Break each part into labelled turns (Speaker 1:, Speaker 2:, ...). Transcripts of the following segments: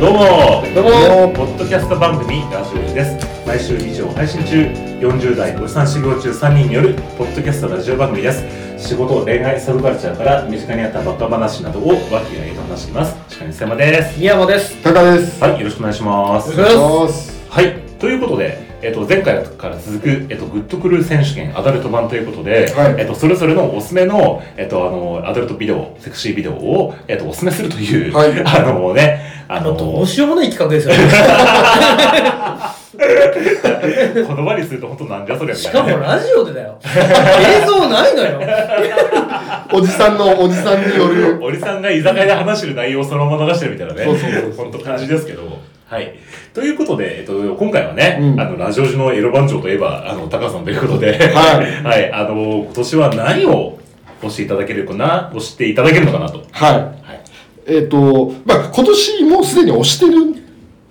Speaker 1: どうも
Speaker 2: どうも
Speaker 1: ポッドキャスト番組ラジオ日です毎週日曜配信中40代おじさん修行中3人によるポッドキャストラジオ番組です仕事恋愛サブカルチャーから身近にあったバカ話などを和気あいと話しています鹿にせまです
Speaker 2: 宮本です。
Speaker 3: タカです。
Speaker 1: はいよろしくお願いします
Speaker 2: よろしくお願いします
Speaker 3: す。
Speaker 1: はいということで、えっと、前回から続く、えっと、グッドクルー選手権アダルト版ということで、
Speaker 3: はい
Speaker 1: えっと、それぞれのおすすめの、えっと、あの、アダルトビデオ、セクシービデオを、えっと、おすすめするという、
Speaker 3: はい
Speaker 1: あのね、あ
Speaker 2: あ
Speaker 1: の、
Speaker 2: の、どうしようもない企画ですよ ね。
Speaker 1: この場にすると本当なんじゃそりゃみ
Speaker 2: した
Speaker 1: いな
Speaker 2: か
Speaker 1: ね
Speaker 2: もラジオでだ よ。映像ないのよ。
Speaker 3: おじさんのおじさんによる。
Speaker 1: おじさんが居酒屋で話してる内容をそのまま流してるみたいなね。
Speaker 3: そうそうそうそう
Speaker 1: 本当感じですけど。はい。ということで、えっと、今回はね、
Speaker 3: うん
Speaker 1: あの、ラジオ時のエロ番長といえば、あの、高さんということで、
Speaker 3: はい
Speaker 1: はい。あの、今年は何を教えていただけるかな、教えていただけるのかなと。
Speaker 3: は
Speaker 1: はい。
Speaker 3: い。えっ、と、まあ、今年もうすでに押してるん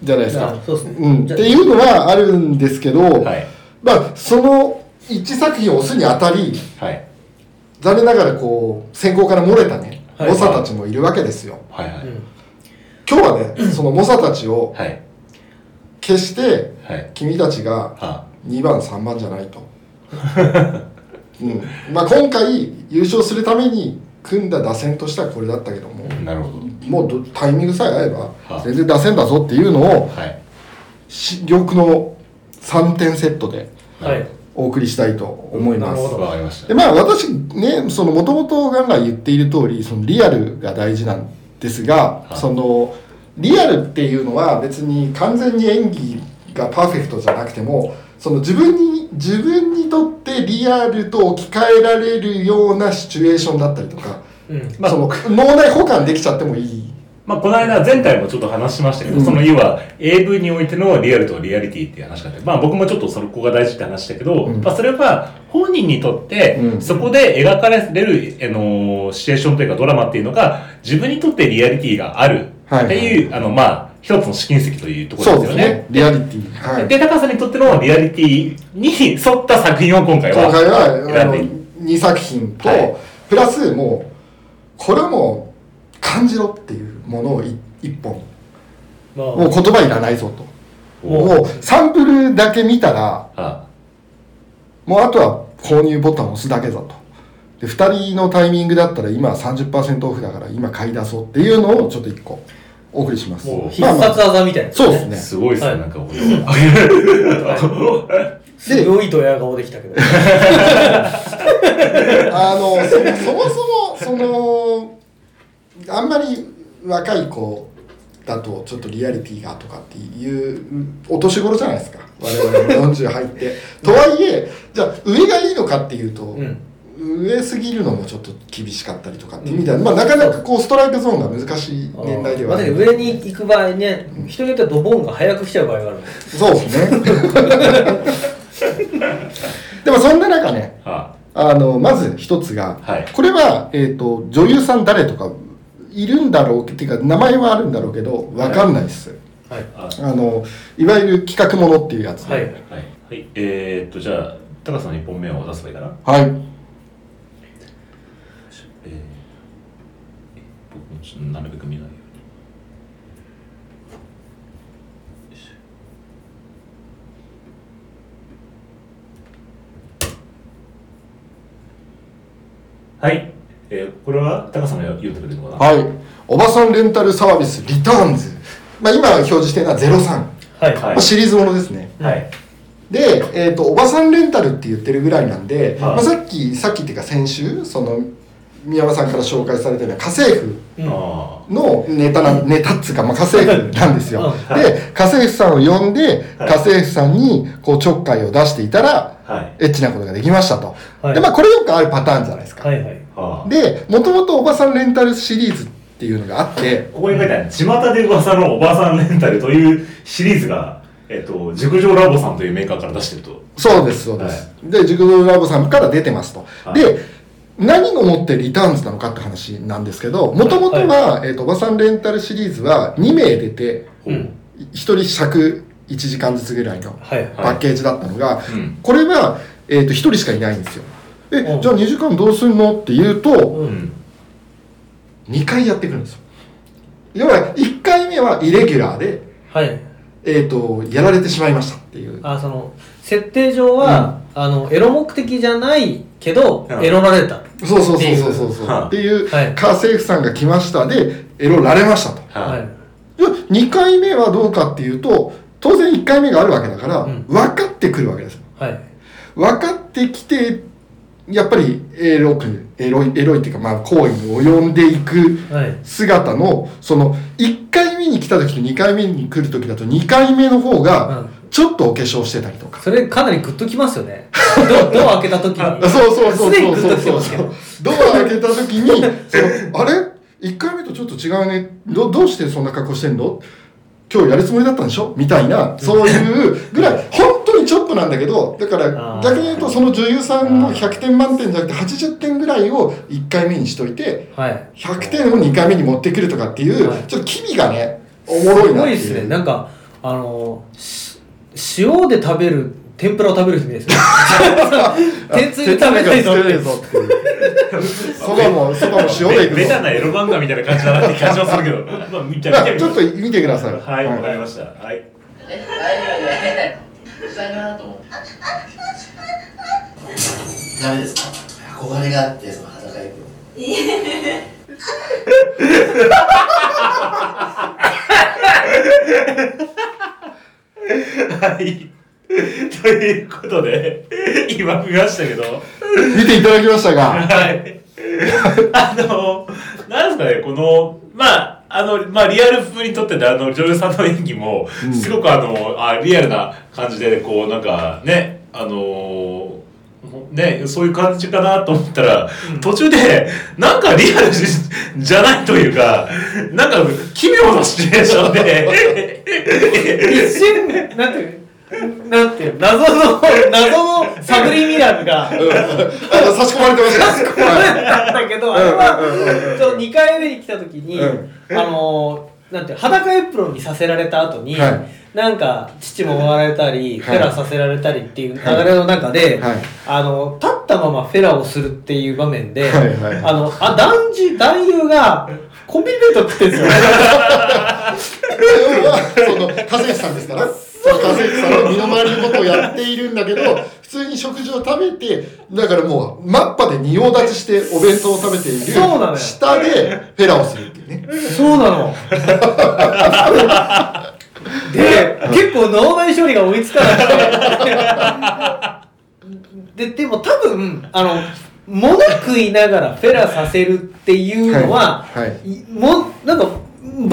Speaker 3: じゃないですか
Speaker 2: あ。そうっすね
Speaker 3: ん。っ
Speaker 2: じ
Speaker 3: て
Speaker 2: ゃあ
Speaker 3: いうのはあるんですけど、
Speaker 1: はい
Speaker 3: まあ、その一作品を押すにあたり、
Speaker 1: はい。
Speaker 3: 残念ながらこう、先行から漏れたね、
Speaker 2: はい
Speaker 3: 猛者たちもいるわけですよ。
Speaker 1: はいはい。
Speaker 3: 今日はね、その猛者たちを
Speaker 1: はい。
Speaker 3: 消して、
Speaker 1: はい。
Speaker 3: 君たちが
Speaker 1: は
Speaker 3: 2番3番じゃないと、うんまあ、今回優勝するために組んだ打線としてはこれだったけども
Speaker 1: あ、なるほ
Speaker 3: もうどタイミングさえ合えば
Speaker 1: い
Speaker 3: 全然打線だぞっていうのを
Speaker 1: ど。はい。
Speaker 3: し両国の3点セットで
Speaker 2: はい。
Speaker 3: お送りしたいと思いま
Speaker 2: なる
Speaker 3: す
Speaker 2: ほど
Speaker 1: わかりました
Speaker 3: で。まあ私ねそのもともとガンガン言っている通りそのリアルが大事なんですが、
Speaker 1: はい
Speaker 3: そのリアルっていうのは別に完全に演技がパーフェクトじゃなくてもその自分に自分にとってリアルと置き換えられるようなシチュエーションだったりとか、
Speaker 2: うん。
Speaker 1: まあ
Speaker 3: その脳内補完できちゃってもいい。
Speaker 1: まあ、この間、前回もちょっと話しましたけど、
Speaker 3: うん
Speaker 1: その要は AV においてのリアルとリアリティっていう話があって、まあ僕もちょっとそこが大事って話したけど、
Speaker 3: うん
Speaker 1: まあそれは本人にとって
Speaker 3: う、ん
Speaker 1: そこで描かれる、あのーシチュエーションというかドラマっていうのが、自分にとってリアリティがあるっていう、あの、まあ、一つの試金石というところですよね。
Speaker 3: リアリティ。はい。
Speaker 1: で、高さんにとってのリアリティに沿った作品を今回は。
Speaker 3: 今回はあ
Speaker 1: 選ん
Speaker 3: の
Speaker 1: でいい
Speaker 3: 2作品と、
Speaker 1: はい
Speaker 3: プラスもうこれはもう感じろっていうものをい一本
Speaker 2: まあ、
Speaker 3: もう言葉いらないぞと
Speaker 2: お
Speaker 3: もうサンプルだけ見たら
Speaker 1: あ
Speaker 3: もうあとは購入ボタンを押すだけだとで2人のタイミングだったら今30%オフだから今買い出そうっていうのをちょっと1個お送りします
Speaker 2: もう必
Speaker 3: まあ
Speaker 2: 殺
Speaker 3: まあ
Speaker 2: 技みたいな。
Speaker 3: そうですね
Speaker 1: すごいですね、
Speaker 2: はい
Speaker 1: なんかこれは
Speaker 2: すごいドヤ顔できたけど。
Speaker 3: あのそもそもそもそのあんまり若い子だとちょっとリアリティがとかっていうお年頃じゃないですか我々も40入ってとはいえじゃあ上がいいのかっていうと、
Speaker 2: うん。
Speaker 3: 上すぎるのもちょっと厳しかったりとかってみたいな、まあ、なかなかこうストライクゾーンが難しい年代では
Speaker 2: ま
Speaker 3: あ
Speaker 2: あ
Speaker 3: る
Speaker 2: 上に行く場合ね、人によってはドボンが早く来ちゃう場合がある。
Speaker 3: そうです ねでもそんな中ね
Speaker 1: あ
Speaker 3: あのまず一つが、
Speaker 1: はい
Speaker 3: これは、えー、と女優さん誰とかいるんだろうっていうか名前はあるんだろうけどわかんないです、
Speaker 2: はい。
Speaker 1: あ
Speaker 3: あのいわゆる企画ものっていうやつ
Speaker 2: は
Speaker 3: で、
Speaker 2: い。
Speaker 1: はい。はい。えー、っと、じゃあ、高さんの1本目を出せばいいかな。
Speaker 3: はい、
Speaker 1: えー、僕もちょっとなるべく見ないように。はい。えー、これは高さんが言ってくれるのかな
Speaker 3: はいおばさんレンタルサービスリターンズ、まあ、今表示してるのは03、
Speaker 2: はい。
Speaker 1: は
Speaker 3: まあ、シリーズものですね
Speaker 1: はい。
Speaker 3: で、えー、とおばさんレンタルって言ってるぐらいなんで、
Speaker 1: はい
Speaker 3: まあ、さっきさっきっていうか先週その宮本さんから紹介されたような家政婦
Speaker 2: うん
Speaker 1: あ
Speaker 3: のネタな、ネタっつうか、まあ、家政婦なんですよ。
Speaker 2: うん
Speaker 1: はい
Speaker 3: で、家政婦さんを呼んで、
Speaker 1: はい
Speaker 3: 家政婦さんにこうちょっかいを出していたら、
Speaker 1: あ。はい。
Speaker 3: エッチなことができましたと。
Speaker 2: はい
Speaker 3: で、まあ、これよくあるパターンじゃないですか。
Speaker 2: はいはい。
Speaker 1: ああ。
Speaker 3: で、もともとおばさんレンタルシリーズっていうのがあって、
Speaker 1: ここに書いてある、巷で噂のおばさんレンタルというシリーズが、えっと、熟女ラボさんというメーカーから出してると。
Speaker 3: そうです、そうです。で、熟女ラボさんから出てますと。
Speaker 1: はい
Speaker 3: で、何をもってリターンズなのかって話なんですけど、もともとは、えっ、と、おばさんレンタルシリーズは2名出て、
Speaker 2: うん。
Speaker 3: 1人尺1時間ずつぐらいの
Speaker 2: はいはい。
Speaker 3: パッケージだったのが、
Speaker 1: うん
Speaker 3: これは、えー、と1人しかいないんですよえ、
Speaker 2: うん
Speaker 3: じゃあ2時間どうすんのって言うと、
Speaker 1: う
Speaker 2: う。
Speaker 1: んん。
Speaker 3: 2回やってくるんですよ要は1回目はイレギュラーで、
Speaker 2: はい。
Speaker 3: えー、とやられてしまいましたっていう
Speaker 2: あ、その、設定上は、あの、エロ目的じゃないけど、
Speaker 1: うん
Speaker 2: エロられた。
Speaker 3: そうそうそうそうそうそう
Speaker 1: はい
Speaker 3: っていう
Speaker 2: は
Speaker 3: 家
Speaker 2: い
Speaker 3: 政婦さんが来ましたでエロられましたと
Speaker 1: は
Speaker 2: はいい。
Speaker 3: で2回目はどうかっていうと当然1回目があるわけだから、
Speaker 2: うん
Speaker 3: 分かってくるわけですよ
Speaker 2: はい。
Speaker 3: 分かってきてやっぱりエロくエロいエロいっていうかまあ行為に及んでいく
Speaker 2: はい。
Speaker 3: 姿のその1回目に来た時と2回目に来る時だと2回目の方
Speaker 2: う
Speaker 3: が
Speaker 2: ん
Speaker 3: ちょっとお化粧してたりとか、
Speaker 2: それかなりグッときますよね。 ドドア開けた時に。
Speaker 3: そうそうそ
Speaker 2: す
Speaker 3: う
Speaker 2: で
Speaker 3: そ
Speaker 2: に
Speaker 3: う
Speaker 2: グ
Speaker 3: そ
Speaker 2: ッ
Speaker 3: う
Speaker 2: ときて
Speaker 3: そう
Speaker 2: ますけど。
Speaker 3: ドア開けた時にそのあれ1回目とちょっと違うねどどうしてそんな格好してんの今日やるつもりだったんでしょみたいなそういうぐらい本当にちょっとなんだけどだから
Speaker 2: あー
Speaker 3: 逆に言うとその女優さんの100点満点じゃなくて80点ぐらいを1回目にしといて
Speaker 2: はい。
Speaker 3: 100点を2回目に持ってくるとかっていう、
Speaker 2: はい
Speaker 3: ちょっと機微がねおもろい
Speaker 2: す
Speaker 3: な
Speaker 2: ご
Speaker 3: って
Speaker 2: いで
Speaker 3: いう
Speaker 2: すね。なんか、あの、し塩で食べる、天ぷらを食べる人み たいですね。天つゆで食べたいぞ
Speaker 3: 手つゆで食べたいぞっていうそばもそばも塩でいく
Speaker 1: ベタ
Speaker 3: ぞ
Speaker 1: なエロ漫画みたいな感じだなって感じはするけ どまあ見て
Speaker 3: い
Speaker 1: み
Speaker 3: や
Speaker 1: て
Speaker 3: ちょっと見てください
Speaker 1: はいわかりましたはい
Speaker 4: え大丈夫ね 下になと思ってダメですか憧れがあってその裸役
Speaker 1: はい。 ということで、今見ましたけど、
Speaker 3: 見ていただきましたが
Speaker 1: はい。あの、なんですかね、この、まあ、あの、まあ、リアル風にとってねあの、女優さんの演技も、すごくあの、あリアルな感じで、こう、なんか、ね、あのね、そういう感じかなと思ったら、途中で、なんかリアルじじゃないというか、なんか奇妙なシチュエーションで、
Speaker 2: 一瞬、なんていう、なんていう、謎の、謎のサブリミラルが、
Speaker 3: あ差し込まれてました。差し込まれ
Speaker 2: だったけど、あれは、ちょっと2回目に来た時に、
Speaker 3: うん
Speaker 2: あのー、なんていう裸エプロンにさせられた後に、
Speaker 3: は
Speaker 2: なんか父も笑れたり、
Speaker 3: は
Speaker 2: フ
Speaker 3: い
Speaker 2: ェラさせられたりっていう流れの中で、
Speaker 3: はい
Speaker 2: あの立ったままフェラをするっていう場面で、
Speaker 3: はいはい
Speaker 2: あのあ男児男優がコンビニ弁当食ってるんですよ。
Speaker 3: その、家政婦さんですから。その家政婦さんの身の回りのことをやっているんだけど、普通に食事を食べて、だからもう、マッパで仁王立ちしてお弁当を食べている、
Speaker 2: そうなのよ
Speaker 3: 下でフェラをするっていうね。
Speaker 2: そうな の。で、結構脳内処理が追いつかなく て。で、でも多分、あの、物食いながらフェラさせるっていうのは、
Speaker 3: はいはい
Speaker 2: もなんか、場合によ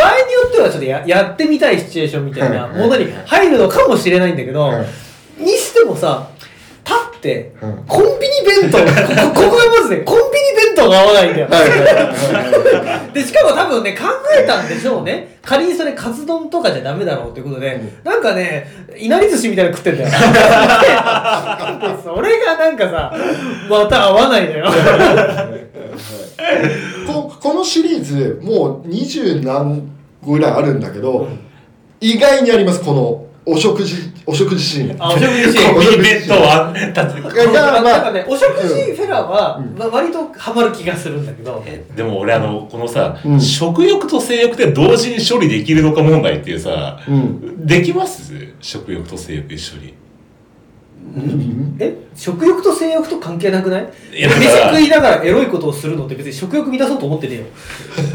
Speaker 2: ってはちょっとややってみたいシチュエーションみたいな
Speaker 3: はいはい
Speaker 2: ものに入るのかもしれないんだけど、
Speaker 3: はい
Speaker 2: にしてもさ、立って、
Speaker 3: うん
Speaker 2: コンビニ弁当、こここがまずね、コンビニ弁当が合わないんだよ。
Speaker 3: はいはいはいはい。
Speaker 2: でしかも多分ね考えたんでしょうね仮にそれカツ丼とかじゃダメだろうってことで、なんかねいなり寿司みたいなの食ってんだよ それがなんかさまた合わないのよ
Speaker 3: ここのシリーズ、もう二十何個ぐらいあるんだけど、意外にあります、この、お食事、お食事シーン。
Speaker 2: あお食事 シーン
Speaker 1: コンビニ弁当は立って
Speaker 3: いやまあまあ
Speaker 2: なんかねお食事フェラは、ま割とハマる気がするんだけど
Speaker 1: えでも俺あのこのさ、
Speaker 3: うん
Speaker 1: 食欲と性欲で同時に処理できるのか問題っていうさ、
Speaker 3: うん
Speaker 1: できます食欲と性欲一緒に
Speaker 2: え食欲と性欲と関係なくない
Speaker 1: いやだか
Speaker 2: 飯
Speaker 1: ら
Speaker 2: 食いながらエロいことをするのって別に食欲満たそうと思ってねえ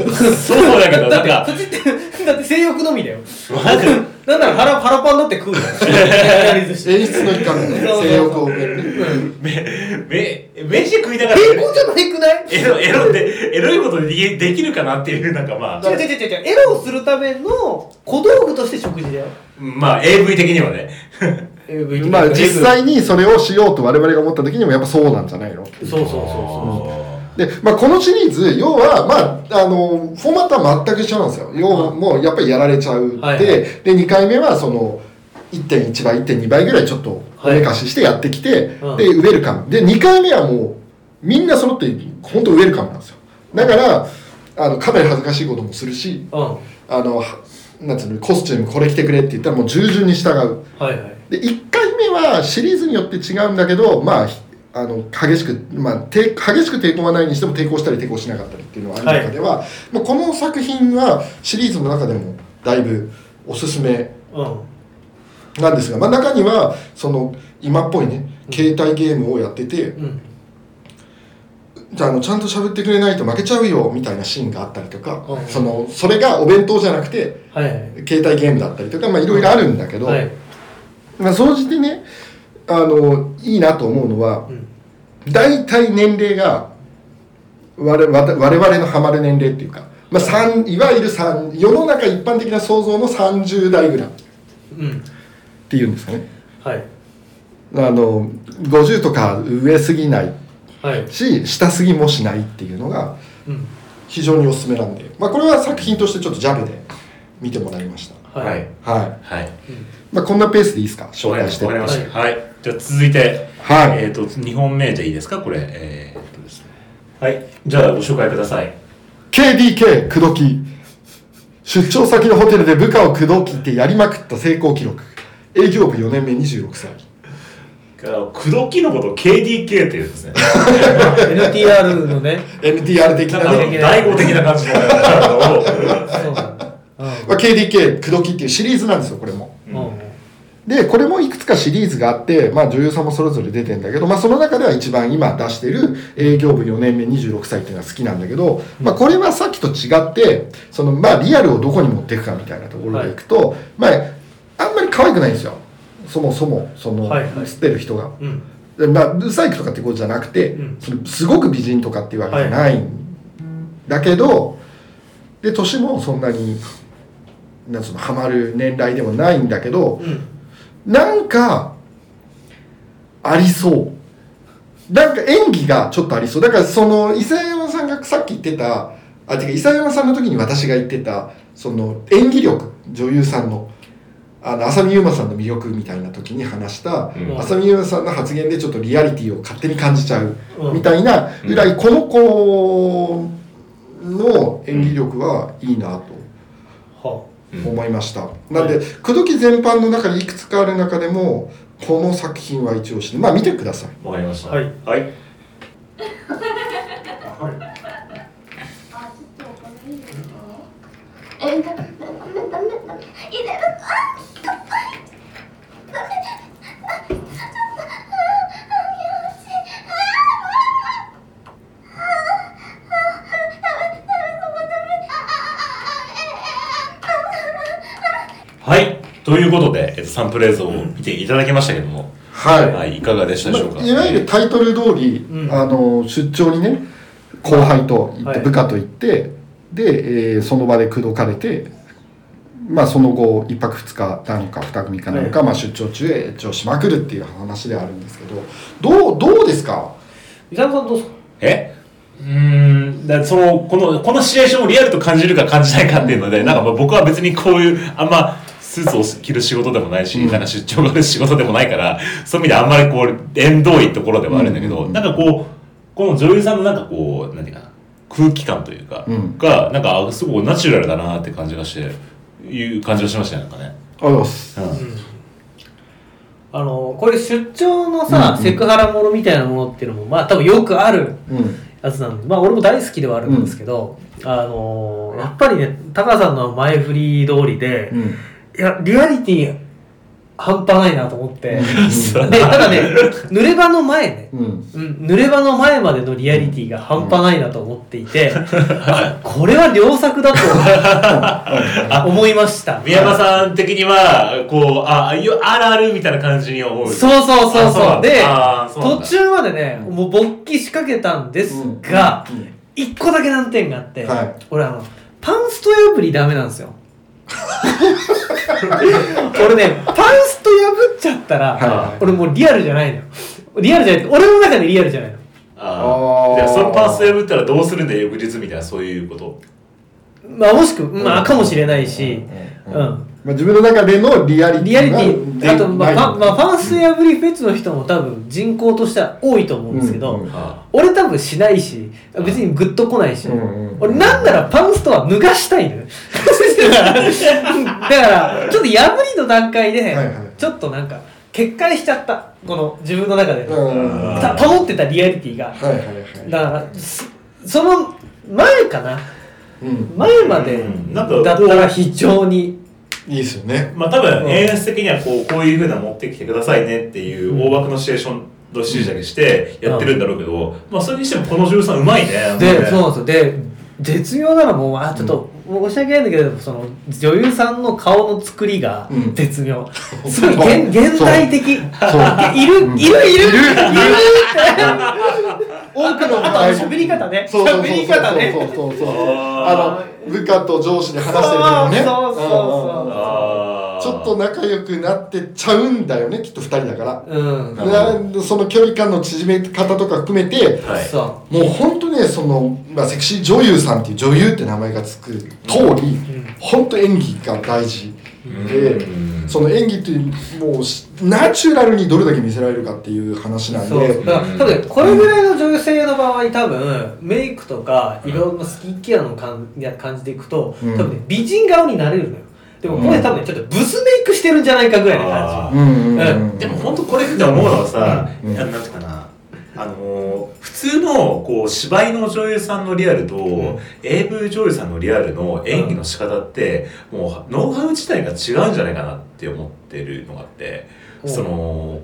Speaker 2: よ
Speaker 1: そうだけど
Speaker 2: だ
Speaker 1: な
Speaker 2: っ
Speaker 1: ん
Speaker 2: て
Speaker 1: か
Speaker 2: 口ってだって性欲のみだよ
Speaker 1: マジ
Speaker 2: なんなら腹腹パンだっ て食うよ。
Speaker 3: 演出の一環で
Speaker 2: そ
Speaker 3: ね、
Speaker 2: うそうそう
Speaker 3: 性欲を埋めるね。
Speaker 1: めめ飯食いながら
Speaker 2: 平行じゃないくない
Speaker 1: エロエロでエロいことできできるかなっていうなんかまあ
Speaker 2: 違う違う違う違う。エロをするための小道具として食事だよ。
Speaker 1: まあ AV 的にはね
Speaker 3: まあ実際にそれをしようと我々が思った時にもやっぱそうなんじゃないの
Speaker 2: そうそうそうそう。
Speaker 1: そ
Speaker 3: で、まあ、このシリーズ要は、まあ、あのフォーマットは全く一緒なんですよ要はもうやっぱりやられちゃうで,、
Speaker 2: はいはい
Speaker 3: で2回目はその1.1倍1.2倍ぐらいちょっとおめかししてやってきて、
Speaker 2: うん
Speaker 3: でウェルカムで2回目はもうみんな揃って本当ウェルカムなんですよだからあのかなり恥ずかしいこともするし
Speaker 2: うん。は
Speaker 3: あのはなんていうのコスチュームこれ着てくれって言ったらもう従順に従う
Speaker 2: いはい。
Speaker 3: で1回目はシリーズによって違うんだけどまあひあの激しく、まあ、て激しく抵抗はないにしても抵抗したり抵抗しなかったりっていうのはある中では、まあ、この作品はシリーズの中でもだいぶおすすめ
Speaker 2: うん
Speaker 3: なんですが、まあ、中にはその今っぽいね携帯ゲームをやってて、
Speaker 2: うん
Speaker 3: じゃああのちゃんと喋ってくれないと負けちゃうよみたいなシーンがあったりとか、
Speaker 2: うん
Speaker 3: そのそれがお弁当じゃなくて
Speaker 2: はいはい
Speaker 3: 携帯ゲームだったりとか、まあ、いろいろあるんだけど、
Speaker 2: はい
Speaker 3: まあ、総じてねあのいいなと思うのは
Speaker 2: うん
Speaker 3: 大体年齢が我々我々のハマる年齢っていうか、まあ、三いわゆる三世の中一般的な想像の30代ぐらいっ
Speaker 2: うん
Speaker 3: ていうんですかね
Speaker 2: はい
Speaker 3: あの50とか上すぎない
Speaker 2: はい
Speaker 3: し下すぎもしないっていうのが
Speaker 2: うん
Speaker 3: 非常におすすめなんで、まあ、これは作品としてちょっとジャブで見てもらいまし
Speaker 2: はい
Speaker 1: はい
Speaker 3: たはい、
Speaker 1: はい
Speaker 3: まあ、こんなペースでいいですか紹
Speaker 1: わかりま
Speaker 3: 介し
Speaker 1: してたわかりましたはい、じゃあ続いて
Speaker 3: はい
Speaker 1: えっ、と2本目でいいですかこれえー、っとですねはいじゃあご紹介ください
Speaker 3: KDK 口説き出張先のホテルで部下を口説きってやりまくった成功記録営業部4年目26歳
Speaker 1: くどきのことを KDK って言うんですね
Speaker 2: NTR のね
Speaker 3: NTR 的
Speaker 1: なん
Speaker 3: な
Speaker 1: かあの
Speaker 3: ね、
Speaker 1: 第五的な感じのあ
Speaker 2: そうなんだ
Speaker 3: まあ、KDK 口説きっていうシリーズなんですよこれも
Speaker 2: うんうん
Speaker 3: でこれもいくつかシリーズがあって、まあ、女優さんもそれぞれ出てんだけど、まあ、その中では一番今出してる営業部4年目26歳っていうのは好きなんだけど、まあ、これはさっきと違ってその、まあ、リアルをどこに持っていくかみたいなところでいくと、まあ、あんまり可愛くないんですよそもそもその、
Speaker 2: はいはい
Speaker 3: 捨てる人が。
Speaker 2: うん
Speaker 3: でまあ、ブサイクとかってことじゃなくて、
Speaker 2: うん
Speaker 3: そのすごく美人とかっていうわけじゃないんだけど、で年もそんなになんそのハマる年代でもないんだけど、
Speaker 2: うん
Speaker 3: なんかありそうなんか演技がちょっとありそうだからその伊佐山さんがさっき言ってたあてか伊佐山さんの時に私が言ってたその演技力女優さんのあの浅見ゆうまさんの魅力みたいな時に話した、
Speaker 1: うん
Speaker 3: 浅見ゆうまさんの発言でちょっとリアリティを勝手に感じちゃう
Speaker 2: うん
Speaker 3: みたいなぐらい、この子の演技力はいいなと。
Speaker 2: は
Speaker 3: 思いました、なんで口説き全般の中にいくつかある中でもこの作品は一押しでまあ見てください
Speaker 1: のわかりました
Speaker 2: はい
Speaker 1: はい
Speaker 5: あ、ちょっとお金入れてね。え、ダメダメダメダメ入れる。あ、痛い。ダメ。あ、ちょっと。あ、よし。あ、ママ。あ、ダメダメそこダメ。あ、あ、あ、あ、
Speaker 1: は
Speaker 5: え、あ、あ。
Speaker 1: いということで、えっと、サンプレーズを見ていただきましたけども、
Speaker 3: はい、
Speaker 1: はいいかがでしたでしょうか、
Speaker 3: まあいわゆるタイトル通り、
Speaker 2: うん
Speaker 3: あの出張にね後輩と行って、
Speaker 2: はい
Speaker 3: 部下と行ってで、えーその場で口説かれてまあその後1泊2日なのか2組かなのか、まあ、出張中へ出張しまくるっていう話ではあるんですけどどうどうですか
Speaker 2: 伊沢さんどうですか
Speaker 1: えうーんだそのこのこのシチュエーションをリアルと感じるか感じないかっていうので、なんかまあ僕は別にこういうあんまスーツを着る仕事でもないし、
Speaker 3: うん
Speaker 1: なんか出張がある仕事でもないからそういう意味であんまりこう縁遠いところではあるんだけど、
Speaker 3: うん
Speaker 1: なんかこうこの女優さんのなんかこう何ていうかな空気感というか、
Speaker 3: うん
Speaker 1: がなんかあすごいナチュラルだなって感じがしていう感じがしましたねなんかね。
Speaker 3: ありがとうございま
Speaker 1: う
Speaker 3: す
Speaker 1: ん
Speaker 2: あのこれ出張のさ、
Speaker 3: うんうん
Speaker 2: セクハラものみたいなものっていうのもまあ多分よくある
Speaker 3: うん
Speaker 2: やつなんでまあ俺も大好きではあるんですけど、あのやっぱりねタカさんの前振り通りで、
Speaker 3: うん
Speaker 2: いやリアリティ半端ないなと思って、
Speaker 1: そ
Speaker 2: でただね濡れ場の前ね、
Speaker 3: うん
Speaker 2: うん、濡れ場の前までのリアリティが半端ないなと思っていて、あこれは良作だと思いました。
Speaker 1: 宮山さん的にはこうあいやあるあるみたいな感じに思う
Speaker 2: そうそうそ
Speaker 1: あそう
Speaker 2: う
Speaker 1: な
Speaker 2: そ
Speaker 1: んだ
Speaker 2: う。で
Speaker 1: あー、そうなん
Speaker 2: 途
Speaker 1: だ
Speaker 2: 中までね、もう勃起仕掛けたんですが
Speaker 3: うんうん、
Speaker 2: 一、個だけ難点があって、
Speaker 3: はい
Speaker 2: 俺あの、パンスト破りダメなんですよ。俺ね、パンスト破っちゃったら、
Speaker 3: はい
Speaker 2: 俺もうリアルじゃないのよ。リアルじゃないって俺の中でリアルじゃないの。
Speaker 1: あ
Speaker 3: あー
Speaker 1: あ。でそのパス破ったらどうするんだよ、翌日みたいな、そういうこと。
Speaker 2: まあ、もしくは、まあ、かもしれないし、
Speaker 3: う
Speaker 2: うんん。
Speaker 3: まあ、自分の中でのリアリティ
Speaker 2: リアリテ
Speaker 3: が
Speaker 2: ィ、あと、まあ、
Speaker 3: ない
Speaker 2: まあまあ、ファンスト破りフェチの人も多分人口としては多いと思うんですけど、
Speaker 3: うんうん
Speaker 1: あ
Speaker 2: 俺多分しないし別にグッとこないし、
Speaker 3: うんうんうん
Speaker 2: 俺なんならパンストは脱がしたいのよ だからだからちょっと破りの段階で
Speaker 3: はいはい
Speaker 2: ちょっとなんか決壊しちゃったこの自分の中で
Speaker 3: うんは
Speaker 2: た保ってたリアリティが
Speaker 3: いはいはい
Speaker 2: だからそその前かな
Speaker 3: うん
Speaker 2: 前まで
Speaker 1: うんなん
Speaker 2: だ
Speaker 1: かこう
Speaker 2: ったら非常に
Speaker 3: いいですよね
Speaker 1: まあ多
Speaker 2: う
Speaker 1: 分
Speaker 2: ん
Speaker 1: 演出的にはこうこういうふうな持ってきてくださいねっていう大枠のシチュエーションの指示だけしてやってるんだろうけど、まあそれにしてもこの13うまいね
Speaker 2: でそうなんですよで絶妙なのはもうあちょっと申し訳ないんだけどその女優さんの顔の作りが
Speaker 3: うん
Speaker 2: 絶 妙、すごい現
Speaker 3: そう
Speaker 2: 現代的いる
Speaker 3: そう
Speaker 2: いる
Speaker 3: う
Speaker 2: いる
Speaker 3: ん
Speaker 2: いる
Speaker 3: いる
Speaker 2: 多くのあと喋り方ね
Speaker 3: そうそうそう
Speaker 2: 喋り方ね
Speaker 3: そうそうそうそう
Speaker 1: あ
Speaker 3: あの部下と上司で話してる時
Speaker 2: そう
Speaker 3: のね
Speaker 2: そうそ
Speaker 1: ー
Speaker 2: うそう
Speaker 1: あー
Speaker 3: ちょっと仲良くなってっちゃうんだよねきっと2人だから
Speaker 2: うん
Speaker 3: なその距離感の縮め方とか含めて
Speaker 1: はい
Speaker 2: そ
Speaker 3: もう本当ねその、まあ、セクシー女優さんっていう女優って名前がつく通り、本当演技が大事で、
Speaker 1: うん
Speaker 3: その演技っていうもうしナチュラルにどれだけ見せられるかっていう話なん
Speaker 2: う
Speaker 3: で
Speaker 2: そうだから多分これぐらいの女性の場合多分メイクとかいろんなスキンケアの感じ感じでいくと
Speaker 3: うん
Speaker 2: 多分ね美人顔になれるのよでもこれ多分ねちょっとブスメイクしてるんじゃないかぐらいな感じ
Speaker 1: あー
Speaker 3: うんうんうん
Speaker 2: う
Speaker 1: でも本当これって思うのはさ、
Speaker 3: うんうん
Speaker 1: あのなんていうかな、あのー普通のこう芝居の女優さんのリアルと、AV 女優さんのリアルの演技の仕方って、もうノウハウ自体が違うんじゃないかなって思ってるのがあって、
Speaker 2: うん
Speaker 1: その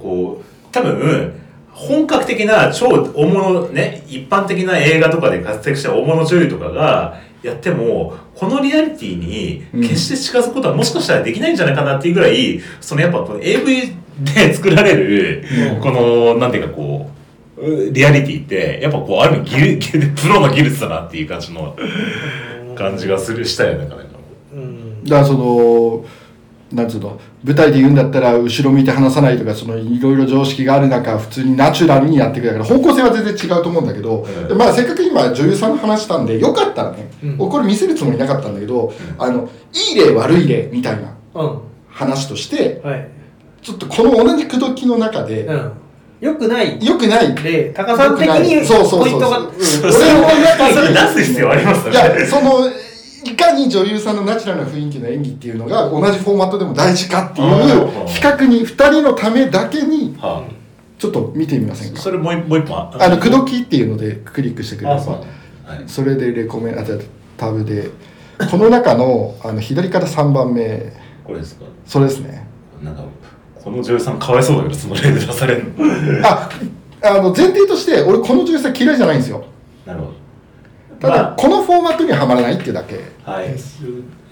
Speaker 1: こう多分本格的な超大物ね一般的な映画とかで活躍した大物女優とかがやってもこのリアリティに決して近づくことはもしかしたらできないんじゃないかなっていうぐらいそのやっぱこの AV で作られるこのなんていうかこうリアリティってやっぱこうある意味ギルギルプロの技術だなっていう感じの感じがするしたよねなんかね
Speaker 2: うん
Speaker 3: だからそのなんつうの舞台で言うんだったら後ろ向いて話さないとかそのいろいろ常識がある中普通にナチュラルにやっていくだから方向性は全然違うと思うんだけど、
Speaker 1: うん
Speaker 3: でまあせっかく今女優さんの話したんでよかったらね、
Speaker 2: うん
Speaker 3: これ見せるつもりなかったんだけど、あのいい例悪い例みたいな
Speaker 2: うん
Speaker 3: 話として
Speaker 2: はい
Speaker 3: ちょっとこの同じ口説きの中で、
Speaker 2: うんよくない
Speaker 3: 良くない
Speaker 2: で高さん的
Speaker 3: 良くない
Speaker 2: に
Speaker 3: そうそう
Speaker 2: ポ
Speaker 3: そ
Speaker 2: イン
Speaker 3: う
Speaker 2: ト
Speaker 3: そ
Speaker 2: が
Speaker 3: ううん
Speaker 1: それ出す必要あります
Speaker 3: いやそのいかに女優さんのナチュラルな雰囲気の演技っていうのが同じフォーマットでも大事かってい
Speaker 1: あー
Speaker 3: う比較に2人のためだけに
Speaker 1: は
Speaker 3: ちょっと見てみません
Speaker 1: あ、
Speaker 3: か
Speaker 1: それもう一もう一本あ
Speaker 3: あの「口説き」っていうのでクリックしてくだ
Speaker 1: あ
Speaker 3: さ
Speaker 1: そう
Speaker 3: い
Speaker 1: なんだはい
Speaker 3: それでレコメンあじゃあタブでこの中のあの左から3番目
Speaker 1: これですか
Speaker 3: それですね
Speaker 1: なんかこの女優さんかわいそうだけどその例で出されるの
Speaker 3: ああの前提として俺この女優さん嫌いじゃないんですよ
Speaker 1: なるほど
Speaker 3: ただ
Speaker 1: ま
Speaker 3: このフォーマットにははまらないっていうだけ
Speaker 1: あ、はい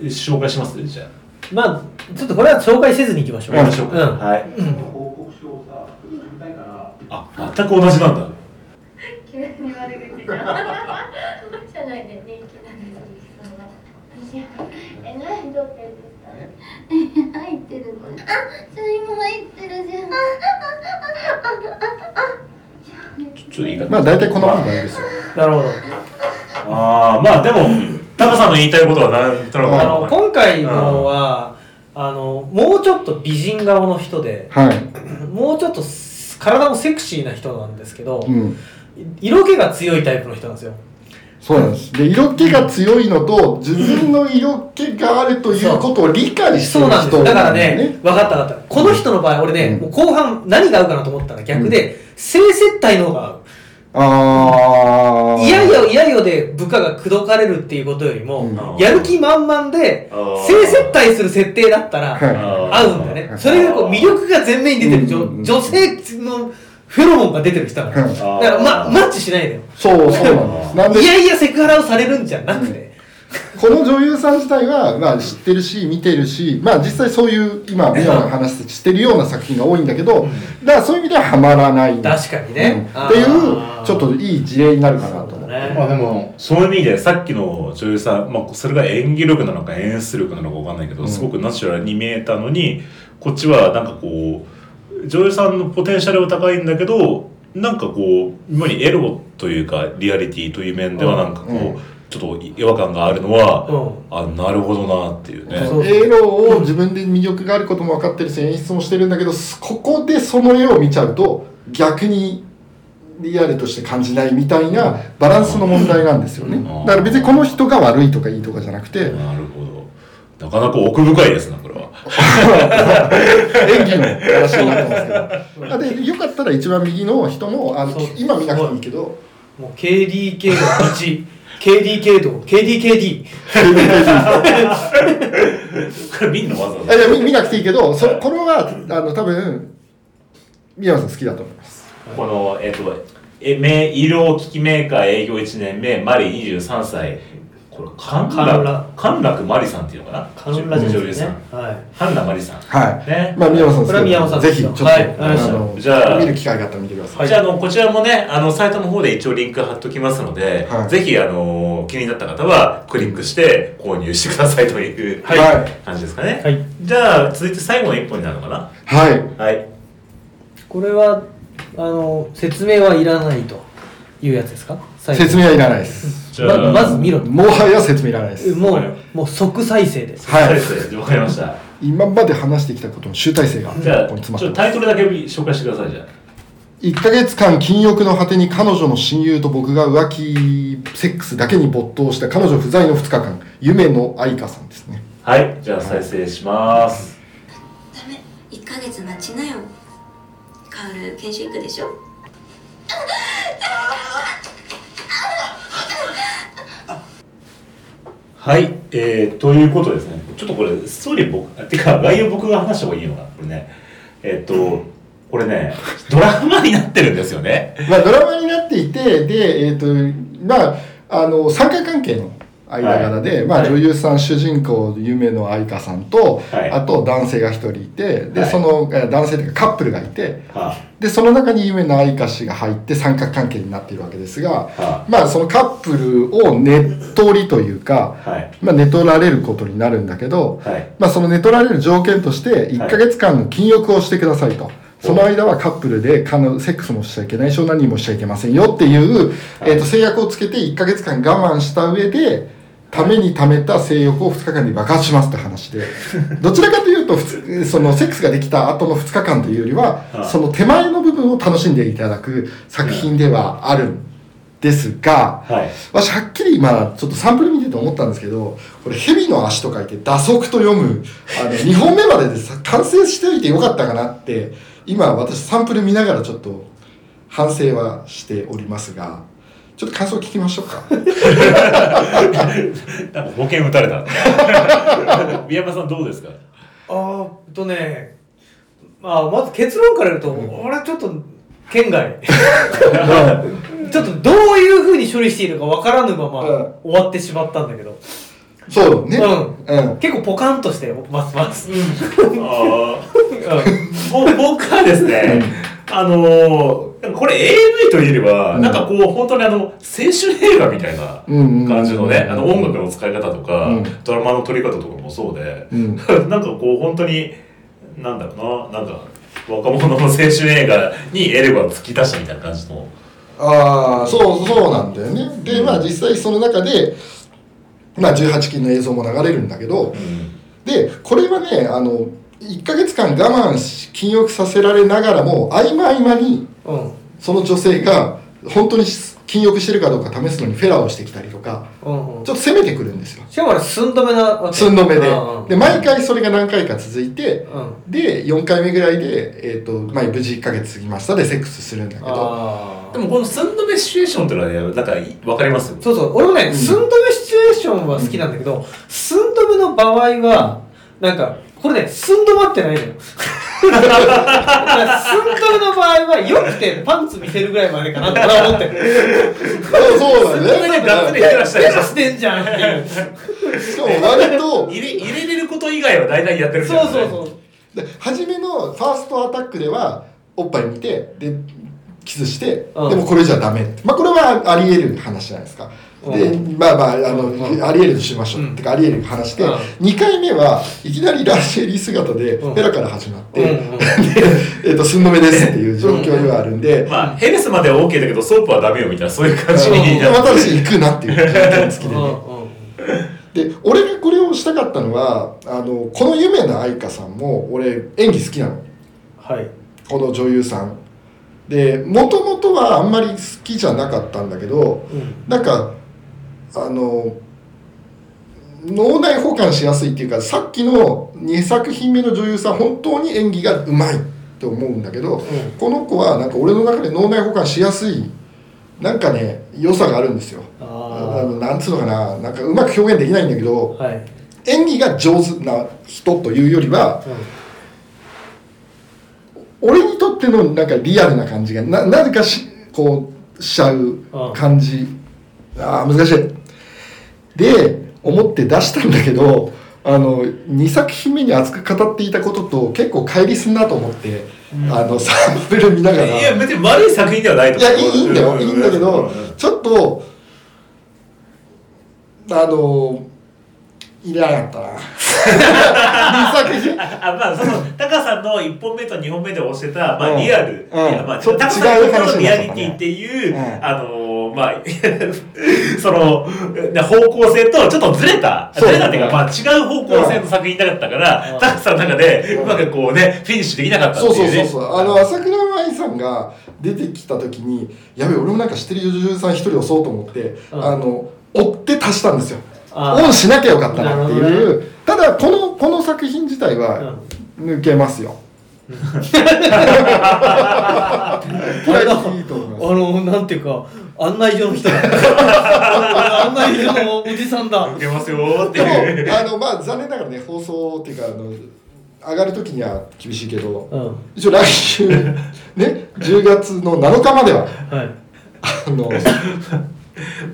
Speaker 1: 紹介しますじゃ
Speaker 2: まあちょっとこれは紹介せずにいきまし
Speaker 1: あ
Speaker 2: ょううん
Speaker 1: はい、あ全く同じなんだ
Speaker 5: 急に悪口じゃん。社内で人気なんです。さんは。い や、えらいどってですか。入ってるの。あ、それも入ってるじゃん。あ、あ、あ、あ、あ、
Speaker 1: ちょっと言い方
Speaker 3: まあ大体この方がいいですよ
Speaker 2: なるほど
Speaker 1: ああまあでもタカさんの言いたいことはなんとなく
Speaker 2: あ
Speaker 1: わか
Speaker 2: の
Speaker 1: る
Speaker 2: 今回のはあのもうちょっと美人顔の人で
Speaker 3: はい
Speaker 2: もうちょっとす体もセクシーな人なんですけど、
Speaker 3: うん
Speaker 2: い色気が強いタイプの人なんですよ
Speaker 3: そうなんです。で、色気が強いのと、自分の色気があるということを理解して
Speaker 2: そ
Speaker 3: る
Speaker 2: うなんです
Speaker 3: 人
Speaker 2: よだから
Speaker 3: んだよ
Speaker 2: ね。分かった分かったこの人の場合俺ね、
Speaker 3: う
Speaker 2: も
Speaker 3: ん
Speaker 2: う後半何が合うかなと思ったら逆で、性接待の方が合う
Speaker 3: ああ。
Speaker 2: いやいやいやいやで部下が口説かれるっていうことよりも、
Speaker 3: うん
Speaker 2: やる気満々で
Speaker 1: あー
Speaker 2: 性接待する設定だったら、
Speaker 3: はい
Speaker 2: 合うんだよね。それがこう魅力が全面に出てる。
Speaker 3: う
Speaker 2: 女
Speaker 3: んうんうん
Speaker 2: 女性のフェロモンが出てる人だから。
Speaker 3: うん
Speaker 2: だからま、マッチしないのよ。
Speaker 3: そう、そうなんです。なんで
Speaker 2: い、やいやセクハラをされるんじゃなくて。
Speaker 3: この女優さん自体は、まあ知ってるし、見てるし、まあ実際そういう、今、ミアの話してるような作品が多いんだけど、だからそういう意味ではハマらない。
Speaker 2: 確かにね
Speaker 3: うんっていう
Speaker 2: あー、
Speaker 3: ちょっといい事例になるかなと思って。
Speaker 2: ね
Speaker 1: まあでもその意味でさっきの女優さん、まあ、それが演技力なのか演出力なのかわかんないけど、
Speaker 3: うん
Speaker 1: すごくナチュラルに見えたのにこっちはなんかこう女優さんのポテンシャルは高いんだけどなんかこう今にエロというかリアリティという面ではなんかこう、
Speaker 3: うん
Speaker 1: ちょっと違和感があるのは、あなるほどなっていうね。
Speaker 2: そう
Speaker 3: そうエロを自分で魅力があることも分かってるし演出もしてるんだけどここでその絵を見ちゃうと逆にリアルとして感じないみたいなバランスの問題なんですよね
Speaker 1: うん
Speaker 3: だから別にこの人が悪いとかいいとかじゃなくて
Speaker 1: なるほどなかなか奥深いですなこれは。
Speaker 3: 演技の話になったんですけどあでよかったら一番右の人もあの
Speaker 2: そう
Speaker 3: 今見なくていいけど
Speaker 2: もう KDK の1 KDK と KDKD
Speaker 1: これ見んのわざわ
Speaker 3: あ
Speaker 1: ざ
Speaker 3: いや見見なくていいけどそこれはあの多分宮野さん好きだと思います
Speaker 1: このえっとえ名医療機器メーカー営業1年目マリ23歳これ陥
Speaker 2: 陥
Speaker 1: 落
Speaker 2: 落
Speaker 1: 陥落マリさんっていうのかな
Speaker 2: カノンラジオ
Speaker 1: 女優
Speaker 2: です
Speaker 1: さ
Speaker 2: ね
Speaker 1: ん
Speaker 2: は
Speaker 1: 半田マリさん
Speaker 3: はい、
Speaker 1: ね
Speaker 3: まあ宮野さん好き
Speaker 2: これは宮野さん
Speaker 3: ぜひちょっと、
Speaker 2: はいわかりました
Speaker 3: の
Speaker 1: じゃあ
Speaker 3: 見る機会があったら見てください
Speaker 1: じゃああのこちらもねあのサイトの方で一応リンク貼っときますので、
Speaker 3: はい
Speaker 1: ぜひあの気になった方はクリックして購入してくださいという、
Speaker 3: はい
Speaker 1: 感じですかね、
Speaker 2: はい
Speaker 1: じゃあ続いて最後の一本になるのか
Speaker 3: はい、
Speaker 1: なはい
Speaker 2: いこれはあの説明はいらないというやつですか最後
Speaker 3: 説明はいらないです
Speaker 1: じゃあ
Speaker 2: ままず見ろと
Speaker 3: もはや説明いらないです
Speaker 2: も
Speaker 1: はい
Speaker 2: うん、もう即再生です。
Speaker 1: は
Speaker 3: はい
Speaker 1: わかりました
Speaker 3: 今まで話してきたことの集大成がここ
Speaker 1: じゃあ
Speaker 3: に
Speaker 1: ちょっ
Speaker 3: 詰まって
Speaker 1: と
Speaker 3: ま
Speaker 1: タイトルだけ紹介してくださいじゃ
Speaker 3: 1ヶ月間禁欲の果てに彼女の親友と僕が浮気セックスだけに没頭した彼女不在の2日間夢の愛花さんですね
Speaker 1: あはいじゃあ再生します
Speaker 6: ダメ1ヶ月待ちなよカオル研修行くでしょ
Speaker 1: はい、えー、ということですねちょっとこれストーリー僕あてか概要僕が話した方がいいのかなこれねえっとこれねドラマになってるんですよね
Speaker 3: まあドラマになっていてでえっ、とまああの三角関係の間柄で、
Speaker 1: はい
Speaker 3: まあ、
Speaker 1: はい
Speaker 3: 女優さん、主人公夢の愛花さんと、
Speaker 1: はい
Speaker 3: あと男性が一人いてで、
Speaker 1: はい
Speaker 3: そのえー男性というかカップルがいて
Speaker 1: は
Speaker 3: でその中に夢の愛花氏が入って三角関係になっているわけですが、
Speaker 1: は
Speaker 3: まあそのカップルをねっとりというか、
Speaker 1: はい
Speaker 3: まあ、寝取られることになるんだけど、
Speaker 1: はい
Speaker 3: まあ、その寝取られる条件として
Speaker 1: はい
Speaker 3: 1ヶ月間の禁欲をしてくださいと、その間はカップルで彼のセックスもしちゃいけないしオナニーもしちゃいけませんよっていう、
Speaker 1: はい
Speaker 3: えー、と制約をつけて1ヶ月間我慢した上でためにためた性欲を2日間に爆発しますって 話でどちらかというとふつそのセックスができた後の2日間というよりは、
Speaker 1: はい
Speaker 3: その手前の部分を楽しんでいただく作品ではあるんですが。
Speaker 1: はい
Speaker 3: 私はっきり今ちょっとサンプル見てて思ったんですけどこれ「蛇の足」と書いて「打足」と読むあの2 本目まででさ完成しておいてよかったかなって今私サンプル見ながらちょっと反省はしておりますがちょっと感想聞きましょうか
Speaker 1: なんか保険打たれ た。宮山さんどうですか。
Speaker 2: あーっとね、まあ、まず結論から言うと、俺ちょっと県 外。ちょっとどういうふうに処理していいのかわからぬまま
Speaker 3: うん
Speaker 2: 終わってしまったんだけど、
Speaker 3: そうね
Speaker 2: うん
Speaker 3: うん
Speaker 2: 結構ポカンとしてますます。
Speaker 1: も
Speaker 2: うん
Speaker 1: う僕はですね、あのーこれ AV というよりは、
Speaker 3: うん
Speaker 1: なんかこう本当にあの青春映画みたいな
Speaker 3: うんうん
Speaker 1: 感じのね、あの音楽の使い方とか、
Speaker 3: うん
Speaker 1: ドラマの撮り方とかもそうで、
Speaker 3: うん
Speaker 1: なんかこう本当になんだろうな、なんか若者の青春映画にエレガを突き出したみたいな感じの。
Speaker 3: ああそうそうなんだよねでまあ実際その中で、まあ、18禁の映像も流れるんだけど、でこれはねあの1ヶ月間我慢し禁欲させられながらも合間合間に
Speaker 2: うん
Speaker 3: その女性が本当に禁欲してるかどうか試すのにフェラーをしてきたりとか
Speaker 2: うんうん
Speaker 3: ちょっと攻めてくるんですよ
Speaker 2: しかもあれ寸止めなわけ
Speaker 3: 寸止め
Speaker 2: うんうん
Speaker 3: でで毎回それが何回か続いて
Speaker 2: うん
Speaker 3: で4回目ぐらいで、えーとまあ、無事1ヶ月過ぎましたでセックスするんだけど
Speaker 2: あ
Speaker 1: で
Speaker 2: ー
Speaker 1: もこの寸止めシチュエーションっていうのはね、なんかいわかりますよ。
Speaker 2: そうそう俺もね、寸止めシチュエーションは好きなんだけど、寸止めの場合はなんかこれね寸止まってないのよだから寸止めの場合はよくてパンツ見せるぐらいまでかなって俺は思ってる
Speaker 3: そうそう
Speaker 1: 寸止めでがっ
Speaker 3: だ
Speaker 1: つり
Speaker 3: ね
Speaker 1: 減らした
Speaker 2: 手
Speaker 1: り
Speaker 2: 出してんじゃんっていう
Speaker 3: しかも割と
Speaker 1: 入れ入れれること以外は大体やってるんだ
Speaker 2: そ
Speaker 1: よ
Speaker 2: う
Speaker 1: ね
Speaker 2: そうそう
Speaker 3: で初めのファーストアタックではおっぱい見てでキスして、
Speaker 2: うん
Speaker 3: でもこれじゃダメってまあこれはありえる話じゃないですか、
Speaker 2: う
Speaker 3: でまあまああの、
Speaker 2: うん
Speaker 3: ありえるとしましょう、
Speaker 2: うん
Speaker 3: てかありえる話で、
Speaker 2: うん
Speaker 3: 2回目はいきなりランシェリー姿で
Speaker 2: うん
Speaker 3: ペラから始まって、
Speaker 2: うんうん
Speaker 3: えっと寸止めですっていう状況ではあるんで、
Speaker 1: まあヘルスまでは OK だけどソープはダメよみたいなそういう感じに
Speaker 3: で
Speaker 1: な
Speaker 3: ま
Speaker 1: ったて
Speaker 3: 私行くなっていう感じなんですけ
Speaker 2: う
Speaker 3: どね
Speaker 2: んうん
Speaker 3: で俺がこれをしたかったのはあのこの夢の愛花さんも俺演技好きなの
Speaker 2: はい
Speaker 3: この女優さんでもともとはあんまり好きじゃなかったんだけど
Speaker 2: うん
Speaker 3: なんかあの脳内保管しやすいっていうかさっきの2作品目の女優さん本当に演技がうまいって思うんだけど、この子はなんか俺の中で脳内保管しやすいなんかね良さがあるんですよ。あ
Speaker 2: あ
Speaker 3: のなんつうのかななんかうまく表現できないんだけ
Speaker 2: あ
Speaker 3: ど
Speaker 2: はい、うん
Speaker 3: 演技が上手な人というよりは俺にとってのなんかリアルな感じがななぜかしこうしちゃう感じああ難しいで思って出したんだけどあの2作品目に熱く語っていたことと結構乖離すんなと思って、あのサンプル見ながら
Speaker 1: いや別に悪い作品ではないと
Speaker 3: い
Speaker 1: 思う
Speaker 3: やいいいいんだよいいんだけ
Speaker 1: う
Speaker 3: ど
Speaker 1: ん
Speaker 3: ちょっとあのいら なかったな二作品
Speaker 1: あまあそのタカさんの1本目と2本目で押してた、ま
Speaker 3: う
Speaker 1: あ、
Speaker 3: ん
Speaker 1: リアル、
Speaker 3: ん
Speaker 1: いやまあ、
Speaker 3: ちょっと
Speaker 1: タカ
Speaker 3: 違
Speaker 1: さ
Speaker 3: うん話
Speaker 1: の
Speaker 3: に
Speaker 1: リ
Speaker 3: な
Speaker 1: ア
Speaker 3: っ
Speaker 1: リ
Speaker 3: ちゃったね
Speaker 1: ティっていう、
Speaker 3: うん
Speaker 1: あのーまあ そのね方向性とちょっとずれたず
Speaker 3: そう
Speaker 1: れたっていうか、
Speaker 3: うん
Speaker 1: まあ、違う方向性の作品だったから、
Speaker 2: うん
Speaker 1: タカさんの中で
Speaker 3: う
Speaker 1: うんまくこうねフィニッシュできなかったって
Speaker 3: そうそ
Speaker 1: いうう
Speaker 3: そ
Speaker 1: ね
Speaker 3: うそうあの朝倉舞さんが出てきた時にやべえ俺もなんか知ってる女優さん一人押そうと思って、
Speaker 2: うん
Speaker 3: あの追って足したんですよ
Speaker 2: あ
Speaker 3: オンしなきゃよかったなって
Speaker 2: なる
Speaker 3: い
Speaker 2: ほ
Speaker 3: う、ただこのこの作品自体は抜けま すよ、これいいと思います
Speaker 2: あのなんていうか案内所の 人案内所のおじさんだ
Speaker 1: 受けますよーって
Speaker 3: で
Speaker 1: いう。
Speaker 3: もあのまあ残念ながらね放送っていうかあの上がる時には厳しいけど、
Speaker 2: うんは
Speaker 3: 一応来週ね10月の7日まではい あの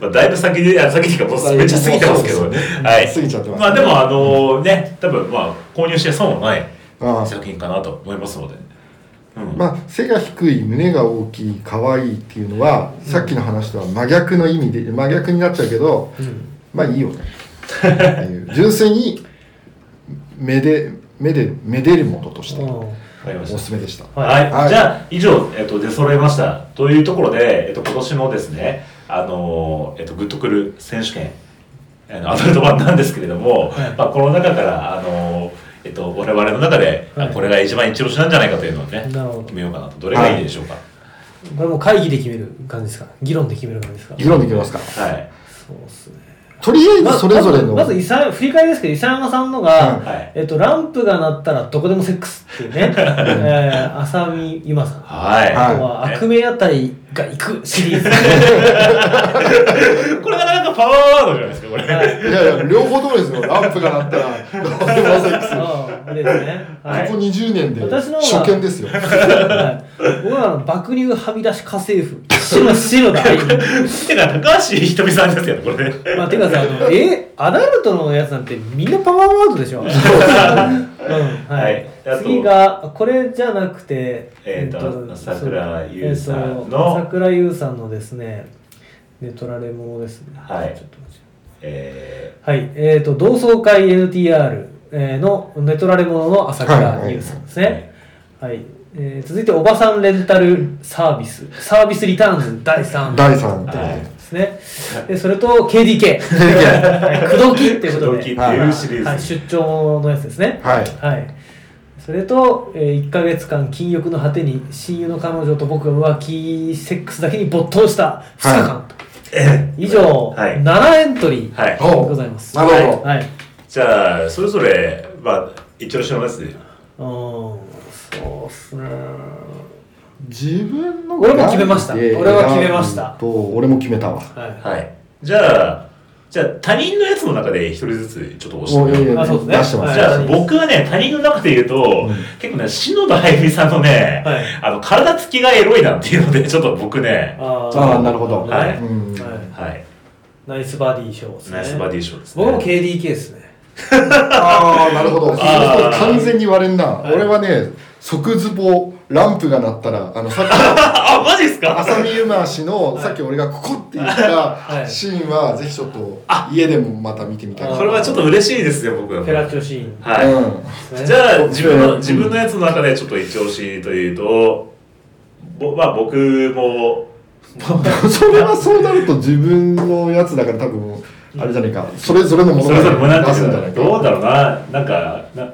Speaker 1: まあ、だいぶ先で、いや先にか、もうめっちゃ過ぎてますけどね。はい。
Speaker 3: 過ぎちゃってます
Speaker 1: まあでも、あのね、多分、まあ、購入して損はない
Speaker 3: ああ
Speaker 1: 作品かなと思いますので。うん。
Speaker 3: まあ、背が低い胸が大きい可愛いっていうのは、さっきの話とは真逆の意味で真逆になっちゃうけど、まあいいよねっていう純粋にめでめでめでるものとして
Speaker 2: うん
Speaker 3: お
Speaker 1: わかりました
Speaker 3: す。すめでした
Speaker 1: はい、
Speaker 3: はい
Speaker 1: じゃあ以上、えっと、出揃えましたというところで、えっと、今年のですね、あのーえっと、グッとくる選手権あのアダルト版なんですけれども、
Speaker 2: はい
Speaker 1: まあ、この中から、あのーえっと、我々の中で、あ
Speaker 2: はい
Speaker 1: これが一番一押しなんじゃないかというのをね
Speaker 2: なるほど
Speaker 1: 決めようかなとどれがいいでしょうか
Speaker 2: これもう会議で決める感じですか議論で決める感じですか
Speaker 3: 議論できますか
Speaker 1: はい、
Speaker 2: そうっすね
Speaker 3: とりあえずそれぞれの、
Speaker 2: まずまず伊沢振り返りですけど伊沢山さんのが、
Speaker 3: はい
Speaker 1: はい
Speaker 2: えっと、ランプが鳴ったらどこでもセックスっていう ね、えー、浅見ゆまさん、
Speaker 1: はい
Speaker 3: は
Speaker 2: あ
Speaker 3: い
Speaker 2: とは悪名あたりが行くシリーズ
Speaker 1: これがなんかパワーワードじゃないですかこれ、
Speaker 2: はい
Speaker 3: いやいや両方ともですよランプが鳴ったらどうでもセックス
Speaker 2: うんですね、はい
Speaker 3: ここ20年で
Speaker 2: 私の方が
Speaker 3: 初見ですよ
Speaker 2: はい、僕は爆乳はみ出し家政婦白白だ
Speaker 1: てか高橋ひとみさんですよねこれね
Speaker 2: まあてかさあのえアダルトのやつなんてみんなパワーワードでしょ、うんは
Speaker 1: はい
Speaker 2: い
Speaker 1: あと
Speaker 2: 次がこれじゃなくて
Speaker 1: えーと桜井優さんの
Speaker 2: えーと桜井優さんのですねで取られ物ですね
Speaker 1: はい
Speaker 2: ちょっと待って
Speaker 1: え
Speaker 2: はい、えっ、と、同窓会 NTR えーのネトラレモノの朝倉優さんですね。はい。えー続いて、おばさんレンタルサービス、サービスリターンズ第3
Speaker 3: 第3
Speaker 1: ーはい
Speaker 2: ですね。で、それと KDK。はい口説きっていうこと
Speaker 1: 口説き
Speaker 2: で。
Speaker 1: っていうシリーズ
Speaker 2: はい、出張のやつですね。
Speaker 3: はい
Speaker 2: はい。それと、え1ヶ月間禁欲の果てに親友の彼女と僕が浮気セックスだけに没頭した2日間と、以上、
Speaker 1: はい
Speaker 2: 7エントリー、
Speaker 1: はい
Speaker 2: ございます。
Speaker 3: なるほど
Speaker 2: はい。
Speaker 1: じゃあそれぞれまあ一押しのやつで
Speaker 2: うん、そうっすね。
Speaker 3: 自分の
Speaker 2: 俺も決めました
Speaker 3: 選んで
Speaker 2: 俺は決めました
Speaker 3: 選ぶと俺も決めたわ
Speaker 2: は
Speaker 1: はい。じゃあ、じゃあ他人のやつの中で一人ずつちょっと押して
Speaker 3: もう
Speaker 1: み
Speaker 3: いやい
Speaker 1: よう。
Speaker 3: や
Speaker 2: あそうですね
Speaker 3: 出してます
Speaker 1: じゃあ
Speaker 2: はい
Speaker 1: 僕はね、他人の中で言うと、結構ね、篠田あゆみさんのね、
Speaker 2: はい
Speaker 1: あの、体つきがエロいなっていうので、ちょっと僕ね
Speaker 2: い。、あ
Speaker 3: ああなるほど、
Speaker 1: はい
Speaker 3: うん
Speaker 2: は
Speaker 1: はい。
Speaker 2: い。ナイスバディ賞ですね。
Speaker 1: ナイスバディ賞ですね。
Speaker 2: 僕も KDK ですね。
Speaker 3: ああなるほどそうする
Speaker 1: あー
Speaker 3: と完全に割れんな、俺はね即ズボランプが鳴ったらあのさっきの
Speaker 1: あ、マジっすか
Speaker 3: 浅見ゆま氏のさっき俺がここって言った
Speaker 2: い
Speaker 3: シーンはぜひちょっと家でもまた見てみたいな
Speaker 1: これはちょっと嬉しいですよ、僕は。
Speaker 2: フェラチオシーン
Speaker 1: はい。
Speaker 2: ですね。
Speaker 1: じゃあ自分
Speaker 3: う
Speaker 1: の
Speaker 3: ん
Speaker 1: 自分のやつの中でちょっと一押しというと、ぼまあ僕も、
Speaker 3: うん、それはそうなると自分のやつだから多分あれじゃねえかそれぞれのも
Speaker 1: そ
Speaker 3: の
Speaker 1: れぞれもなん
Speaker 3: 出
Speaker 1: か
Speaker 3: すんじゃないか
Speaker 1: どうだろうな、なんか、な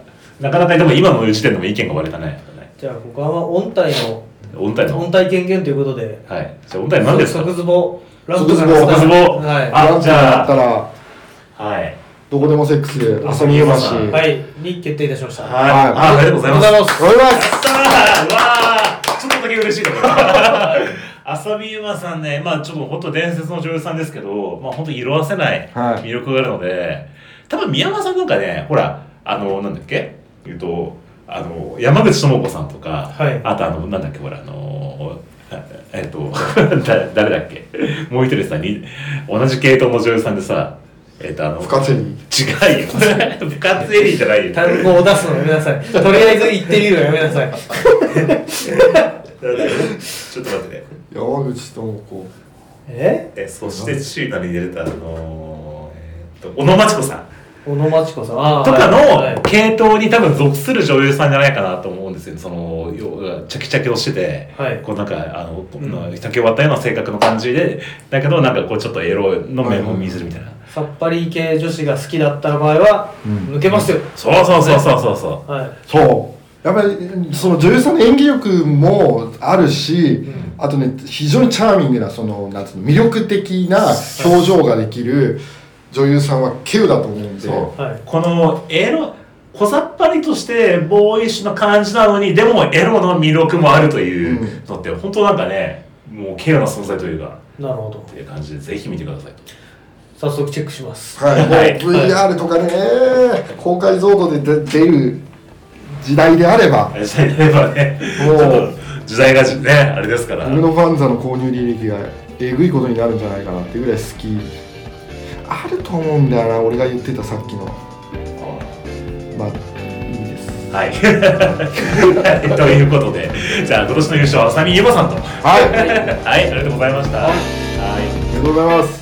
Speaker 1: なかなかでも今の時点でも意見が割れたね。
Speaker 2: じゃあ、ここは音体の、
Speaker 1: 音体の
Speaker 2: 音。体権限ということで、
Speaker 1: はい。じゃあ音体何ですか
Speaker 2: 即ズボ、ランプ
Speaker 3: 即ズボ
Speaker 2: が鳴った
Speaker 1: 即ズボ
Speaker 2: はい。
Speaker 1: あ
Speaker 3: ランプが鳴ったら
Speaker 1: はい。
Speaker 3: どこでもセックスで遊びゆましありがとう
Speaker 2: はい、に決定いたしました。
Speaker 1: はいあありがとうございます
Speaker 3: ございます
Speaker 1: さあわあちょっとだけ嬉しいと思います 浅見ゆまさんねまあちょっと本当伝説の女優さんですけどまあ本当色褪せない
Speaker 3: はい
Speaker 1: 魅力があるので、多分宮山さんなんかねほらあのなんだっけえっとあの山口智子さんとか、
Speaker 2: はい
Speaker 1: あとあのなんだっけほらあのあえっと だ誰だっけもう一人さに同じ系統の女優さんでさえっとあの
Speaker 3: 深津絵里
Speaker 1: 違うよ 部活エリーじゃないよ
Speaker 2: 単語を出すのやめなさい。とりあえず言ってみるのやめなさい。
Speaker 1: ちょっと待ってね
Speaker 3: 山口智子
Speaker 2: え
Speaker 1: えそしてシーナに出れたあのーえーっと小野真知子さん
Speaker 2: 小野真知子さん。あー
Speaker 1: とか
Speaker 2: はい
Speaker 1: の系統に多分属する女優さんじゃないかなと思うんですよねその要はチャキチャキをしてて、
Speaker 2: はい
Speaker 1: こうなんかあの、こん
Speaker 2: う
Speaker 1: なん竹を割ったような性格の感じでだけどなんかこうちょっとエロの面も見せるみたいな、
Speaker 2: さっぱり系女子が好きだった場合は、
Speaker 3: うん
Speaker 2: 抜けますよ。
Speaker 1: そうそうそうそうそうそ
Speaker 2: は
Speaker 3: そうやっぱりその女優さんの演技力もあるし、
Speaker 2: ん
Speaker 3: あとね非常にチャーミングなそのなんつうの魅力的な表情ができる女優さんは稀有だと思うんで
Speaker 1: そう
Speaker 2: い。はい。
Speaker 1: うこのエロ小さっぱりとしてボーイッシュな感じなのにでもエロの魅力もあるというのって、本当なんかねもう稀有な存在というか
Speaker 2: なるほど
Speaker 1: っ。ていう感じでぜひ見てくださいと。
Speaker 2: 早速チェックします。
Speaker 3: はい、もう
Speaker 1: はい
Speaker 3: VR とかね、高解像度で出出る時代であれば
Speaker 1: 時代ではね、ち
Speaker 3: もう
Speaker 1: ょっと時代がじね、あれですから。
Speaker 3: 僕のファンザの購入履歴がえぐいことになるんじゃないかなっていうぐらい好きあると思うんだよな俺が言ってたさっきのまあいいです
Speaker 1: はい。 ということで、じゃあ今年の優勝は浅見ゆまさんと。
Speaker 3: はいあり
Speaker 1: はい、ありがとうございました。はい。
Speaker 3: がとうございます